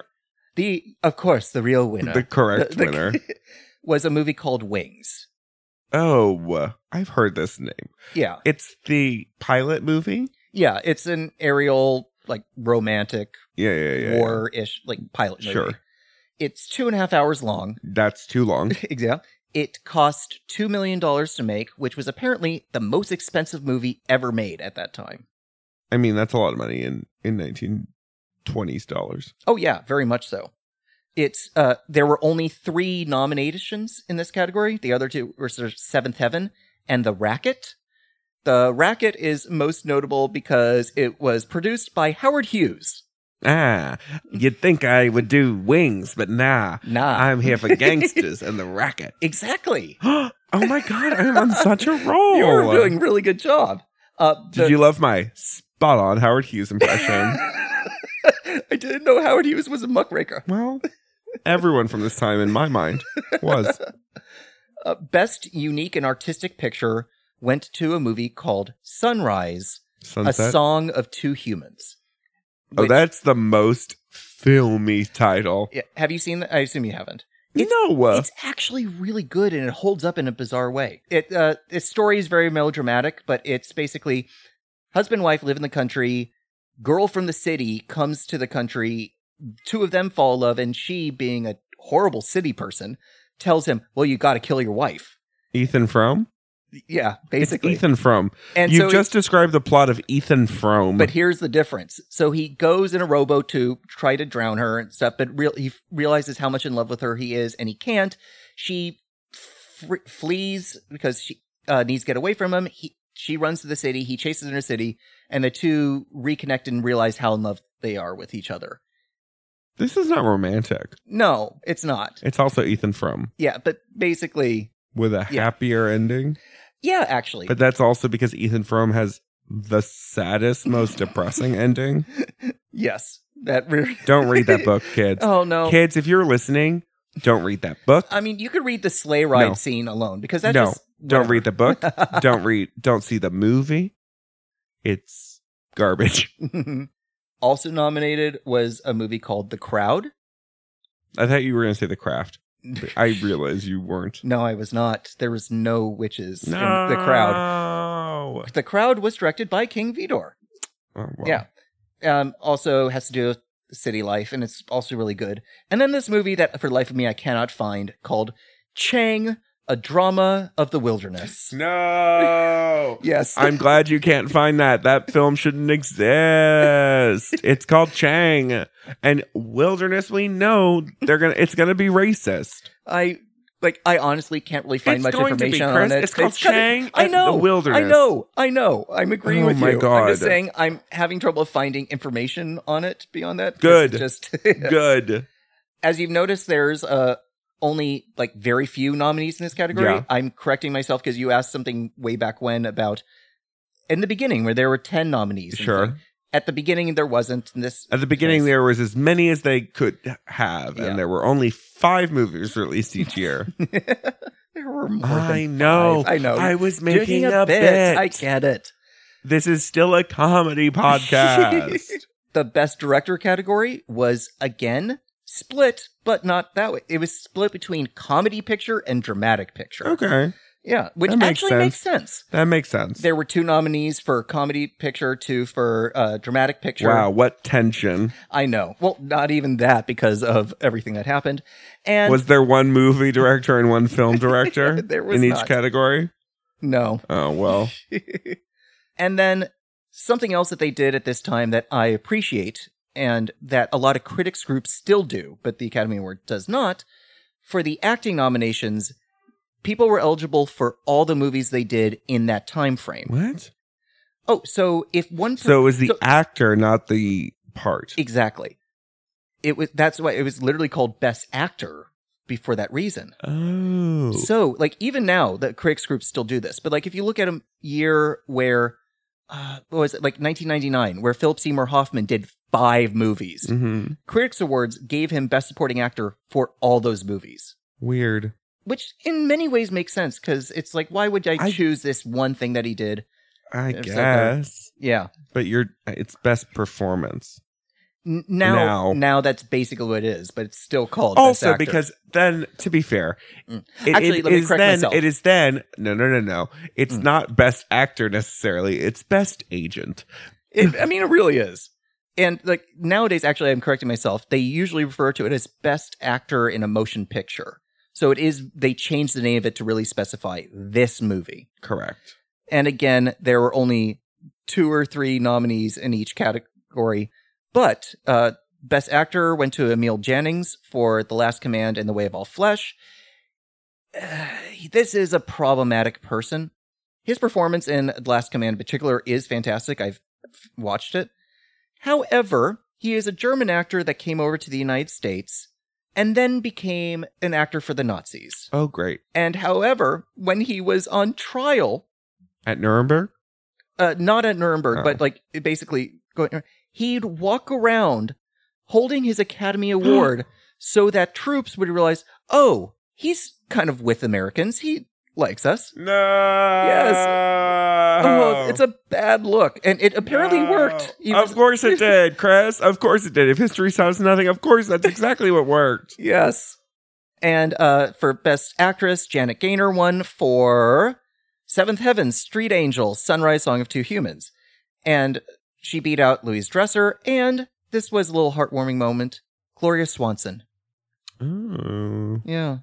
[SPEAKER 2] the of course the real winner,
[SPEAKER 1] the correct
[SPEAKER 2] The- the-
[SPEAKER 1] winner.
[SPEAKER 2] was a movie called Wings.
[SPEAKER 1] Oh, I've heard this name.
[SPEAKER 2] Yeah,
[SPEAKER 1] It's the pilot movie.
[SPEAKER 2] yeah, it's an aerial like romantic
[SPEAKER 1] Yeah, yeah, yeah. yeah.
[SPEAKER 2] war-ish like pilot movie.
[SPEAKER 1] Sure.
[SPEAKER 2] It's two and a half hours long.
[SPEAKER 1] That's too long.
[SPEAKER 2] yeah. It cost two million dollars to make, which was apparently the most expensive movie ever made at that time.
[SPEAKER 1] I mean, that's a lot of money in in 1920s dollars.
[SPEAKER 2] Oh yeah, very much so. It's uh there were only three nominations in this category. The other two were sort of Seventh Heaven and The Racket. The Racket is most notable because it was produced by Howard Hughes.
[SPEAKER 1] Ah, you'd think I would do wings, but nah.
[SPEAKER 2] Nah.
[SPEAKER 1] I'm here for gangsters and the racket.
[SPEAKER 2] exactly.
[SPEAKER 1] oh my god, I'm on such a roll.
[SPEAKER 2] You were doing a really good job. Uh
[SPEAKER 1] Did
[SPEAKER 2] the-
[SPEAKER 1] you love my spot on Howard Hughes impression?
[SPEAKER 2] I didn't know Howard Hughes was a muckraker.
[SPEAKER 1] well, everyone from this time in my mind was.
[SPEAKER 2] Uh, best unique and artistic picture went to a movie called Sunrise,
[SPEAKER 1] Sunset.
[SPEAKER 2] A Song of Two Humans.
[SPEAKER 1] oh,
[SPEAKER 2] which-
[SPEAKER 1] that's the most filmy title.
[SPEAKER 2] Yeah, have you seen that? I assume you haven't.
[SPEAKER 1] no. uh,
[SPEAKER 2] It's actually really good and it holds up in a bizarre way. It uh its story is very melodramatic, but it's basically husband and wife live in the country, girl from the city comes to the country, two of them fall in love and she being a horrible city person tells him, "Well, you got to kill your wife."
[SPEAKER 1] Ethan Frome?
[SPEAKER 2] Yeah, basically.
[SPEAKER 1] It's Ethan Frome.
[SPEAKER 2] and
[SPEAKER 1] you
[SPEAKER 2] so
[SPEAKER 1] just described the plot of Ethan Frome.
[SPEAKER 2] But here's the difference. So he goes in a rowboat to try to drown her and stuff, but real he f- realizes how much in love with her he is, and he can't. She fr- flees because she uh, needs to get away from him. He she runs to the city. He chases her to the city, and the two reconnect and realize how in love they are with each other.
[SPEAKER 1] this is not romantic.
[SPEAKER 2] No, it's not.
[SPEAKER 1] It's also Ethan Frome
[SPEAKER 2] Yeah, but basically,
[SPEAKER 1] with a
[SPEAKER 2] Yeah.
[SPEAKER 1] happier ending.
[SPEAKER 2] yeah, actually,
[SPEAKER 1] But that's also because Ethan Frome has the saddest, most depressing ending.
[SPEAKER 2] yes, that. Re-
[SPEAKER 1] Don't read that book, kids.
[SPEAKER 2] oh no.
[SPEAKER 1] Kids, if you're listening, don't read that book.
[SPEAKER 2] I mean, you could read the sleigh ride
[SPEAKER 1] No.
[SPEAKER 2] scene alone because that's
[SPEAKER 1] No,
[SPEAKER 2] just
[SPEAKER 1] Don't read the book.
[SPEAKER 2] whatever.
[SPEAKER 1] don't read. Don't see the movie. It's garbage.
[SPEAKER 2] also nominated was a movie called The Crowd.
[SPEAKER 1] I thought you were going to say The Craft. but I realized you weren't.
[SPEAKER 2] No, I was not. There was no witches in The Crowd.
[SPEAKER 1] Oh,
[SPEAKER 2] The Crowd was directed by King Vidor.
[SPEAKER 1] well.
[SPEAKER 2] Yeah. Um, also has to do with city life, and it's also really good. And then this movie that, for the life of me, I cannot find called Chang, A Drama of the Wilderness.
[SPEAKER 1] No.
[SPEAKER 2] Yes.
[SPEAKER 1] I'm glad you can't find that. That film shouldn't exist. It's called Chang and Wilderness. We know they're gonna. It's gonna be racist.
[SPEAKER 2] I Like I honestly can't really find
[SPEAKER 1] It's
[SPEAKER 2] much
[SPEAKER 1] going to be,
[SPEAKER 2] information
[SPEAKER 1] Chris.
[SPEAKER 2] on it.
[SPEAKER 1] It's called
[SPEAKER 2] kinda-
[SPEAKER 1] Chang
[SPEAKER 2] I
[SPEAKER 1] and
[SPEAKER 2] know.
[SPEAKER 1] the Wilderness.
[SPEAKER 2] I know. I know. I'm agreeing
[SPEAKER 1] Oh
[SPEAKER 2] with
[SPEAKER 1] my
[SPEAKER 2] you. I'm just
[SPEAKER 1] God.
[SPEAKER 2] saying I'm having trouble finding information on it beyond that.
[SPEAKER 1] Good.
[SPEAKER 2] because Just
[SPEAKER 1] Good.
[SPEAKER 2] as you've noticed, there's uh only like very few nominees in this category.
[SPEAKER 1] Yeah.
[SPEAKER 2] I'm correcting myself because you asked something way back when about in the beginning where there were ten nominees. and
[SPEAKER 1] Sure.
[SPEAKER 2] things. At the beginning there wasn't. And this
[SPEAKER 1] At the beginning,
[SPEAKER 2] Yes.
[SPEAKER 1] there was as many as they could have,
[SPEAKER 2] Yeah.
[SPEAKER 1] and there were only five movies released each year.
[SPEAKER 2] there were more
[SPEAKER 1] I
[SPEAKER 2] than
[SPEAKER 1] know.
[SPEAKER 2] five. I know.
[SPEAKER 1] I was
[SPEAKER 2] Digging
[SPEAKER 1] making a, bit.
[SPEAKER 2] I get it.
[SPEAKER 1] This is still a comedy podcast.
[SPEAKER 2] the best director category was again split, but not that way. It was split between comedy picture and dramatic picture.
[SPEAKER 1] okay,
[SPEAKER 2] Yeah, which
[SPEAKER 1] That makes
[SPEAKER 2] actually makes sense.
[SPEAKER 1] that makes sense.
[SPEAKER 2] There were two nominees for comedy picture, two for uh, dramatic picture.
[SPEAKER 1] Wow, what tension
[SPEAKER 2] I know. Well, not even that because of everything that happened. And
[SPEAKER 1] was there? One movie director and one film director
[SPEAKER 2] There was
[SPEAKER 1] in each
[SPEAKER 2] not.
[SPEAKER 1] category.
[SPEAKER 2] no.
[SPEAKER 1] Oh well,
[SPEAKER 2] and then something else that they did at this time that I appreciate and that a lot of critics groups still do, but the Academy Award does not, for the acting nominations, people were eligible for all the movies they did in that time frame.
[SPEAKER 1] what?
[SPEAKER 2] Oh, so if one per-
[SPEAKER 1] So it was the
[SPEAKER 2] So-
[SPEAKER 1] actor, not the part.
[SPEAKER 2] exactly. It was that's why it was literally called best actor be- for that reason.
[SPEAKER 1] Oh,
[SPEAKER 2] So, like, even now, the critics groups still do this. But, like, if you look at a year where, uh, what was it, like 1999, where Philip Seymour Hoffman did five movies,
[SPEAKER 1] Mhm.
[SPEAKER 2] Critics Awards gave him Best Supporting Actor for all those movies,
[SPEAKER 1] weird.
[SPEAKER 2] which in many ways makes sense because it's like, why would I,
[SPEAKER 1] I-
[SPEAKER 2] choose this one thing that he did?
[SPEAKER 1] I
[SPEAKER 2] There's that there.
[SPEAKER 1] guess,
[SPEAKER 2] Yeah.
[SPEAKER 1] but you're it's best performance.
[SPEAKER 2] N- now,
[SPEAKER 1] Now.
[SPEAKER 2] now, that's basically what it is, but it's still called Best
[SPEAKER 1] also
[SPEAKER 2] Actor.
[SPEAKER 1] because then to be fair
[SPEAKER 2] Mm.
[SPEAKER 1] it-
[SPEAKER 2] Actually,
[SPEAKER 1] it
[SPEAKER 2] let me
[SPEAKER 1] is
[SPEAKER 2] correct
[SPEAKER 1] then
[SPEAKER 2] myself.
[SPEAKER 1] it is then no no no no it's
[SPEAKER 2] Mm.
[SPEAKER 1] not best actor necessarily it's best agent
[SPEAKER 2] It, I mean, it really is. And like nowadays, actually, I'm correcting myself. They usually refer to it as best actor in a motion picture. So it is, they changed the name of it to really specify this movie.
[SPEAKER 1] correct
[SPEAKER 2] And again, there were only two or three nominees in each category. But uh, best actor went to Emil Jannings for The Last Command and The Way of All Flesh. Uh, this is a problematic person. His performance in The Last Command in particular is fantastic. I've f- watched it. However, he is a German actor that came over to the United States and then became an actor for the Nazis.
[SPEAKER 1] oh great
[SPEAKER 2] And however, when he was on trial
[SPEAKER 1] at nuremberg
[SPEAKER 2] uh, not at Nuremberg,
[SPEAKER 1] Oh.
[SPEAKER 2] but like it basically going. He'd walk around holding his Academy Award so that troops would realize, oh, he's kind of with Americans. He likes us.
[SPEAKER 1] no
[SPEAKER 2] Yes. Oh, it's a bad look, and it apparently worked. He was-
[SPEAKER 1] of course it did chris of course it did if history tells nothing of course that's exactly what worked
[SPEAKER 2] Yes. And uh, for Best Actress, Janet Gaynor won for Seventh Heaven, Street Angel, Sunrise Song of Two Humans. And she beat out Louise Dresser. And this was a little heartwarming moment Gloria Swanson.
[SPEAKER 1] oh,
[SPEAKER 2] Yeah.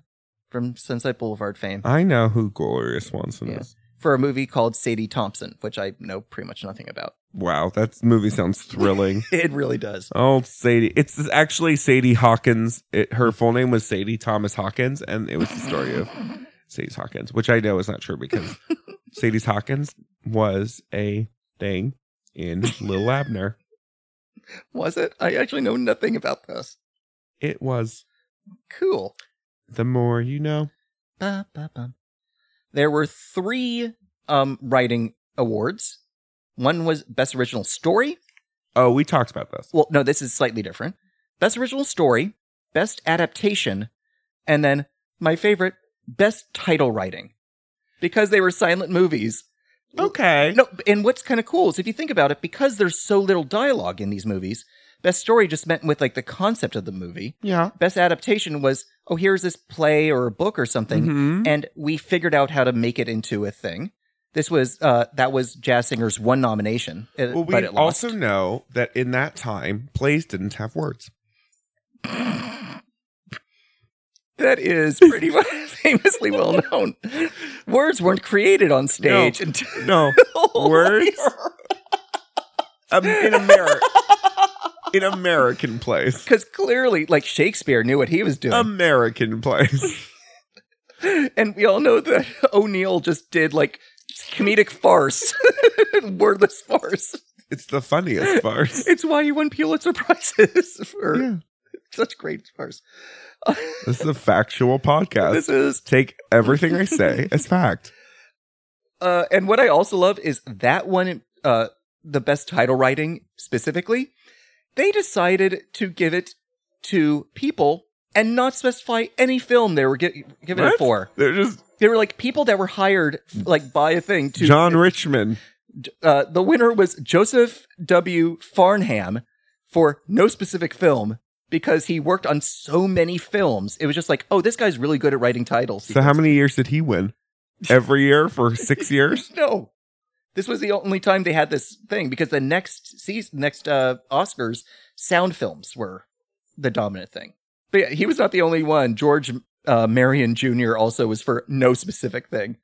[SPEAKER 2] From Sunset Boulevard fame
[SPEAKER 1] i know who gloria swanson
[SPEAKER 2] Yeah.
[SPEAKER 1] is
[SPEAKER 2] for a movie called Sadie Thompson, which I know pretty much nothing about.
[SPEAKER 1] wow that movie sounds thrilling
[SPEAKER 2] It really does.
[SPEAKER 1] Oh, Sadie. It's actually Sadie Hawkins. It, her full name was Sadie Thomas Hawkins, and it was the story of Sadie's Hawkins, which I know is not true because Sadie's Hawkins was a thing in Lil Abner.
[SPEAKER 2] Was it? I actually know nothing about this.
[SPEAKER 1] It was
[SPEAKER 2] Cool.
[SPEAKER 1] the more you know.
[SPEAKER 2] Ba, ba, bum. There were three um, writing awards. One was Best Original Story.
[SPEAKER 1] Oh, we talked about this.
[SPEAKER 2] Well, no, this is slightly different. Best Original Story, Best Adaptation, and then my favorite, Best Title Writing. Because they were silent movies.
[SPEAKER 1] Okay.
[SPEAKER 2] No, and what's kind of cool is if you think about it, because there's so little dialogue in these movies, Best Story just meant with like the concept of the movie.
[SPEAKER 1] Yeah.
[SPEAKER 2] Best Adaptation was, oh, here's this play or a book or something
[SPEAKER 1] Mhm.
[SPEAKER 2] and we figured out how to make it into a thing. This was uh that was jazz singer's one nomination, uh,
[SPEAKER 1] Well, we
[SPEAKER 2] but it lost.
[SPEAKER 1] also know that in that time, plays didn't have words.
[SPEAKER 2] that is pretty much famously well known. Words weren't created on stage until
[SPEAKER 1] No. Words? Um, in America. in American plays. Um,
[SPEAKER 2] because clearly, like Shakespeare knew what he was doing.
[SPEAKER 1] American plays.
[SPEAKER 2] and we all know that O'Neill just did like comedic farce, wordless farce.
[SPEAKER 1] It's the funniest part.
[SPEAKER 2] It's why he won Pulitzer prizes for
[SPEAKER 1] yeah.
[SPEAKER 2] such great farce.
[SPEAKER 1] This is a factual podcast.
[SPEAKER 2] This is
[SPEAKER 1] Take everything I say as fact.
[SPEAKER 2] Uh, and what I also love is that one, uh, the best title writing specifically, they decided to give it to people and not specify any film they were gi- giving it
[SPEAKER 1] What?
[SPEAKER 2] for.
[SPEAKER 1] They're just
[SPEAKER 2] They were like people that were hired like by a thing to.
[SPEAKER 1] John Richmond.
[SPEAKER 2] Uh, the winner was Joseph W. Farnham for no specific film because he worked on so many films. It was just like, oh, this guy's really good at writing titles.
[SPEAKER 1] So how many years did he win? Every year for six years?
[SPEAKER 2] No. This was the only time they had this thing because the next season, next uh, Oscars, sound films were the dominant thing. But yeah, he was not the only one. George uh, Marion Jr. also was for no specific thing.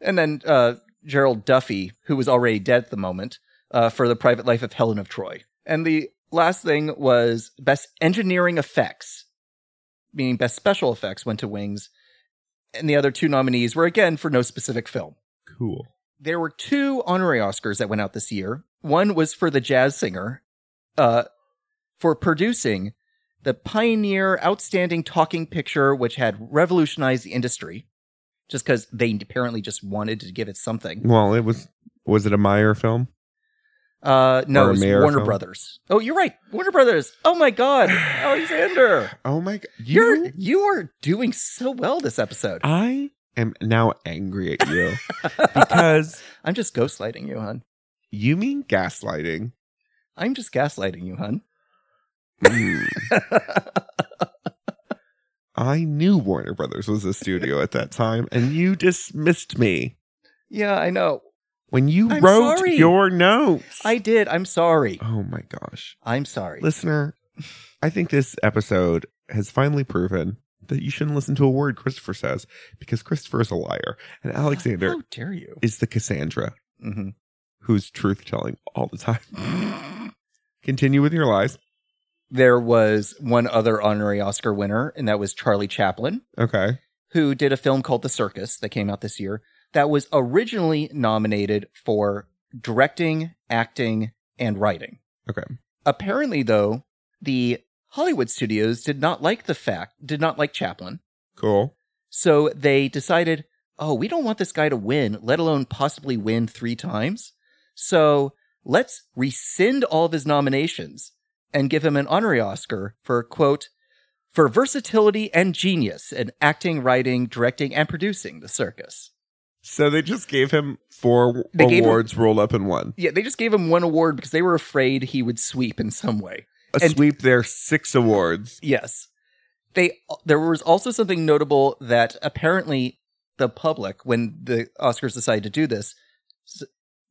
[SPEAKER 2] And then uh, Gerald Duffy, who was already dead at the moment, uh, for The Private Life of Helen of Troy. And the last thing was Best Engineering Effects, meaning Best Special Effects went to Wings. And the other two nominees were again for no specific film
[SPEAKER 1] Cool.
[SPEAKER 2] there were two honorary Oscars that went out this year. One was for the jazz singer, uh, for producing the pioneer outstanding talking picture, which had revolutionized the industry, just because they apparently just wanted to give it something.
[SPEAKER 1] Well, it was was it a Meyer film?
[SPEAKER 2] Uh,
[SPEAKER 1] Or
[SPEAKER 2] no,
[SPEAKER 1] a
[SPEAKER 2] it was
[SPEAKER 1] Mayer
[SPEAKER 2] Warner
[SPEAKER 1] film.
[SPEAKER 2] Brothers. Oh, you're right, Warner Brothers. Oh my God, Alexander,
[SPEAKER 1] Oh my god. You
[SPEAKER 2] you're you are doing so well this episode.
[SPEAKER 1] I am now angry at you because
[SPEAKER 2] I'm just gaslighting you, hun.
[SPEAKER 1] you mean gaslighting.
[SPEAKER 2] I'm just gaslighting you, hun.
[SPEAKER 1] Mm. I knew Warner Brothers was a studio at that time, and you dismissed me
[SPEAKER 2] yeah, I know.
[SPEAKER 1] when you
[SPEAKER 2] I'm
[SPEAKER 1] wrote
[SPEAKER 2] sorry.
[SPEAKER 1] your notes.
[SPEAKER 2] I did. I'm sorry.
[SPEAKER 1] oh my gosh.
[SPEAKER 2] I'm sorry.
[SPEAKER 1] Listener, I think this episode has finally proven that you shouldn't listen to a word Christopher says because Christopher is a liar, and Alexander
[SPEAKER 2] How dare you?
[SPEAKER 1] is the Cassandra
[SPEAKER 2] Mm-hmm.
[SPEAKER 1] who's truth telling all the time. Continue with your lies.
[SPEAKER 2] There was one other honorary Oscar winner, and that was Charlie Chaplin,
[SPEAKER 1] Okay.
[SPEAKER 2] who did a film called The Circus that came out this year that was originally nominated for directing, acting, and writing.
[SPEAKER 1] Okay.
[SPEAKER 2] Apparently, though, the Hollywood studios did not like the fact, did not like Chaplin.
[SPEAKER 1] Cool.
[SPEAKER 2] So they decided, oh, we don't want this guy to win, let alone possibly win three times. So let's rescind all of his nominations and give him an honorary Oscar for, quote, for versatility and genius in acting, writing, directing, and producing the circus.
[SPEAKER 1] So they just gave him four
[SPEAKER 2] They gave him-
[SPEAKER 1] awards rolled up in one.
[SPEAKER 2] Yeah, they just gave him one award because they were afraid he would sweep in some way.
[SPEAKER 1] A
[SPEAKER 2] And-
[SPEAKER 1] sweep there, six awards.
[SPEAKER 2] Yes. They there was also something notable that apparently the public when the Oscars decided to do this s-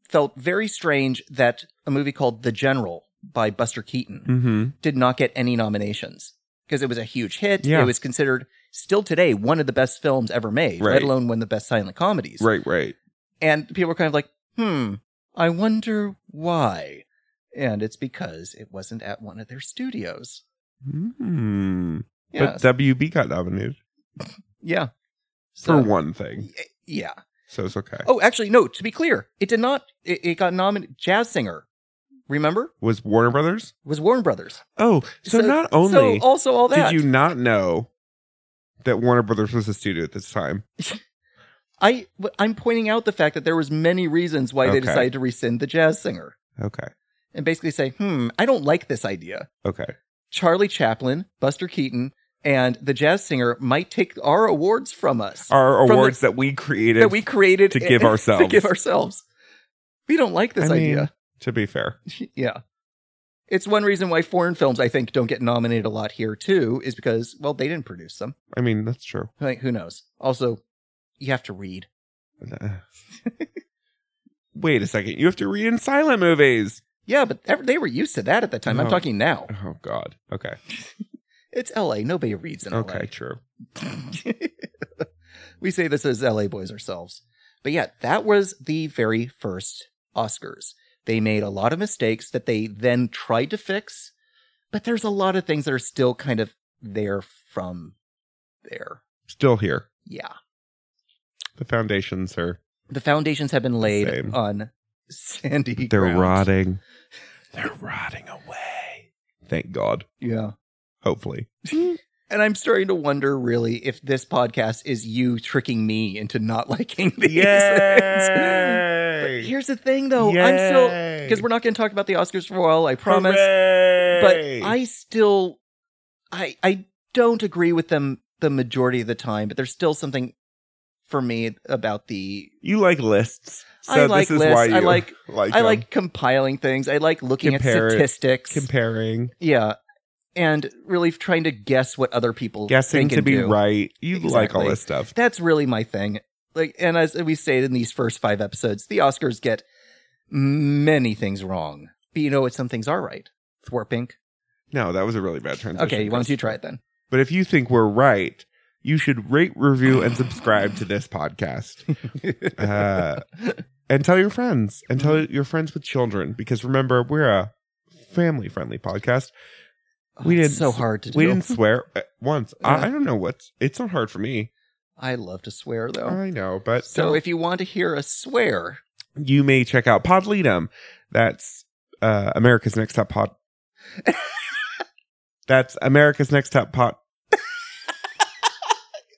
[SPEAKER 2] felt very strange that a movie called The General by Buster Keaton
[SPEAKER 1] Mm-hmm.
[SPEAKER 2] did not get any nominations because it was a huge hit.
[SPEAKER 1] Yeah.
[SPEAKER 2] It was considered still today one of the best films ever made, let
[SPEAKER 1] Right.
[SPEAKER 2] alone one of the best silent comedies.
[SPEAKER 1] Right, right.
[SPEAKER 2] And people were kind of like, "Hmm, I wonder why." And it's because it wasn't at one of their studios.
[SPEAKER 1] Hmm.
[SPEAKER 2] Yeah.
[SPEAKER 1] But WB got nominated
[SPEAKER 2] yeah.
[SPEAKER 1] for
[SPEAKER 2] So-
[SPEAKER 1] one thing,
[SPEAKER 2] Y- Yeah.
[SPEAKER 1] so it's okay.
[SPEAKER 2] Oh, actually, no. To be clear, it did not. It, it got nominated. Jazz singer, remember,
[SPEAKER 1] Was Warner Brothers?
[SPEAKER 2] was Warner Brothers.
[SPEAKER 1] Oh, so, not
[SPEAKER 2] so
[SPEAKER 1] only
[SPEAKER 2] also all that.
[SPEAKER 1] did you not know that Warner Brothers was a studio at this time,
[SPEAKER 2] I but I'm pointing out the fact that there was many reasons why they
[SPEAKER 1] Okay.
[SPEAKER 2] decided to rescind the jazz singer
[SPEAKER 1] okay,
[SPEAKER 2] and basically say, "Hmm, I don't like this idea."
[SPEAKER 1] okay,
[SPEAKER 2] Charlie Chaplin, Buster Keaton, and the jazz singer might take our awards from us
[SPEAKER 1] our
[SPEAKER 2] From the-
[SPEAKER 1] awards that we created
[SPEAKER 2] that we created
[SPEAKER 1] to give
[SPEAKER 2] to
[SPEAKER 1] ourselves.
[SPEAKER 2] give ourselves. We don't like this
[SPEAKER 1] I mean,
[SPEAKER 2] idea.
[SPEAKER 1] To be fair,
[SPEAKER 2] yeah. It's one reason why foreign films, I think, don't get nominated a lot here, too, is because, well, they didn't produce them.
[SPEAKER 1] I mean that's true.
[SPEAKER 2] Like, who knows? Also, you have to read.
[SPEAKER 1] Uh, Wait a second, you have to read in silent movies.
[SPEAKER 2] Yeah, but ev- they were used to that at the time. I'm
[SPEAKER 1] No.
[SPEAKER 2] talking now.
[SPEAKER 1] Oh God. Okay.
[SPEAKER 2] It's LA. Nobody reads in
[SPEAKER 1] Okay. True.
[SPEAKER 2] LA. we say this as LA boys ourselves. But yeah, that was the very first Oscars. They made a lot of mistakes that they then tried to fix, but there's a lot of things that are still kind of there from there.
[SPEAKER 1] Still here.
[SPEAKER 2] Yeah.
[SPEAKER 1] The foundations are
[SPEAKER 2] The foundations have been laid
[SPEAKER 1] Same.
[SPEAKER 2] on sandy.
[SPEAKER 1] they're
[SPEAKER 2] ground.
[SPEAKER 1] rotting. They're rotting away. Thank God.
[SPEAKER 2] Yeah.
[SPEAKER 1] Hopefully.
[SPEAKER 2] And I'm starting to wonder really if this podcast is you tricking me into not liking these things. But here's the thing though, I'm still because we're not going to talk about the Oscars for a while, I promise. But I still I I don't agree with them the majority of the time, but there's still something for me about the
[SPEAKER 1] you like lists. So
[SPEAKER 2] I like
[SPEAKER 1] this is
[SPEAKER 2] lists.
[SPEAKER 1] why you
[SPEAKER 2] I like I
[SPEAKER 1] them.
[SPEAKER 2] like compiling things. I like looking
[SPEAKER 1] Compare
[SPEAKER 2] at
[SPEAKER 1] it.
[SPEAKER 2] statistics.
[SPEAKER 1] comparing,
[SPEAKER 2] yeah. And really trying to guess what other people
[SPEAKER 1] guessing
[SPEAKER 2] think
[SPEAKER 1] to
[SPEAKER 2] and
[SPEAKER 1] be
[SPEAKER 2] do.
[SPEAKER 1] right. You like all
[SPEAKER 2] Exactly.
[SPEAKER 1] this stuff.
[SPEAKER 2] That's really my thing. Like, and as we say in these first five episodes, the Oscars get many things wrong. But you know what? Some things are right. Thwarpink.
[SPEAKER 1] No, that was a really bad transition.
[SPEAKER 2] Okay, why don't
[SPEAKER 1] Chris.
[SPEAKER 2] you try it then?
[SPEAKER 1] But if you think we're right, you should rate, review, and subscribe to this podcast. Uh, and tell your friends, and tell your friends with children, because remember, we're a family-friendly podcast. we
[SPEAKER 2] Oh, it's
[SPEAKER 1] didn't
[SPEAKER 2] so
[SPEAKER 1] s-
[SPEAKER 2] hard to
[SPEAKER 1] We
[SPEAKER 2] do.
[SPEAKER 1] didn't swear uh, once. I,
[SPEAKER 2] Yeah.
[SPEAKER 1] I don't know what's. It's not hard for me.
[SPEAKER 2] I love to swear though.
[SPEAKER 1] I know, but
[SPEAKER 2] Oh. so if you want to hear us swear,
[SPEAKER 1] you may check out Podleadum. That's uh, America's Next Top Pod. That's America's Next Top Pod.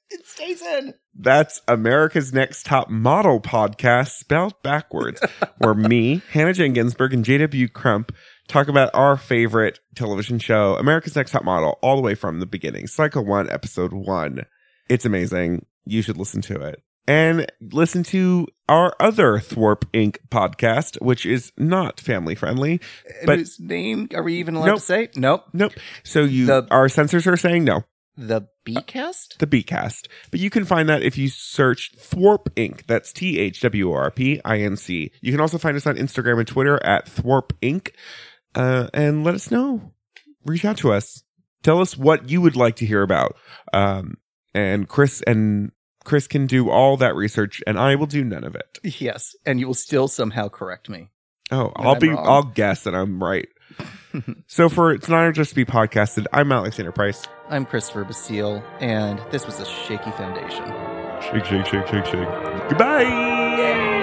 [SPEAKER 2] it stays in.
[SPEAKER 1] That's America's Next Top Model podcast, spelled backwards, where me, Hannah Jane Ginsburg, and JW Crump talk about our favorite television show, America's Next Top Model, all the way from the beginning, cycle one, episode one. It's amazing. You should listen to it. And listen to our other Thwarp Inc. podcast, which is not family friendly.
[SPEAKER 2] And
[SPEAKER 1] But-
[SPEAKER 2] whose name are we even allowed
[SPEAKER 1] Nope.
[SPEAKER 2] to say? Nope.
[SPEAKER 1] So you,
[SPEAKER 2] The-
[SPEAKER 1] our censors are saying no.
[SPEAKER 2] The B cast?
[SPEAKER 1] the Bcast. But you can find that if you search Thwarp Inc. That's T H W O R P I N C. You can also find us on Instagram and Twitter at Thwarp Inc. Uh, and let us know. Reach out to us. Tell us what you would like to hear about. Um, and Chris and Chris can do all that research, and I will do none of it.
[SPEAKER 2] Yes. And you will still somehow correct me.
[SPEAKER 1] Oh,
[SPEAKER 2] When
[SPEAKER 1] I'll
[SPEAKER 2] I'm
[SPEAKER 1] be.
[SPEAKER 2] wrong.
[SPEAKER 1] I'll guess that I'm right. so for it's not just to be podcasted. I'm Alexander Price.
[SPEAKER 2] I'm Christopher Basile, and this was a shaky foundation.
[SPEAKER 1] Shake, shake, shake, shake, shake. Goodbye.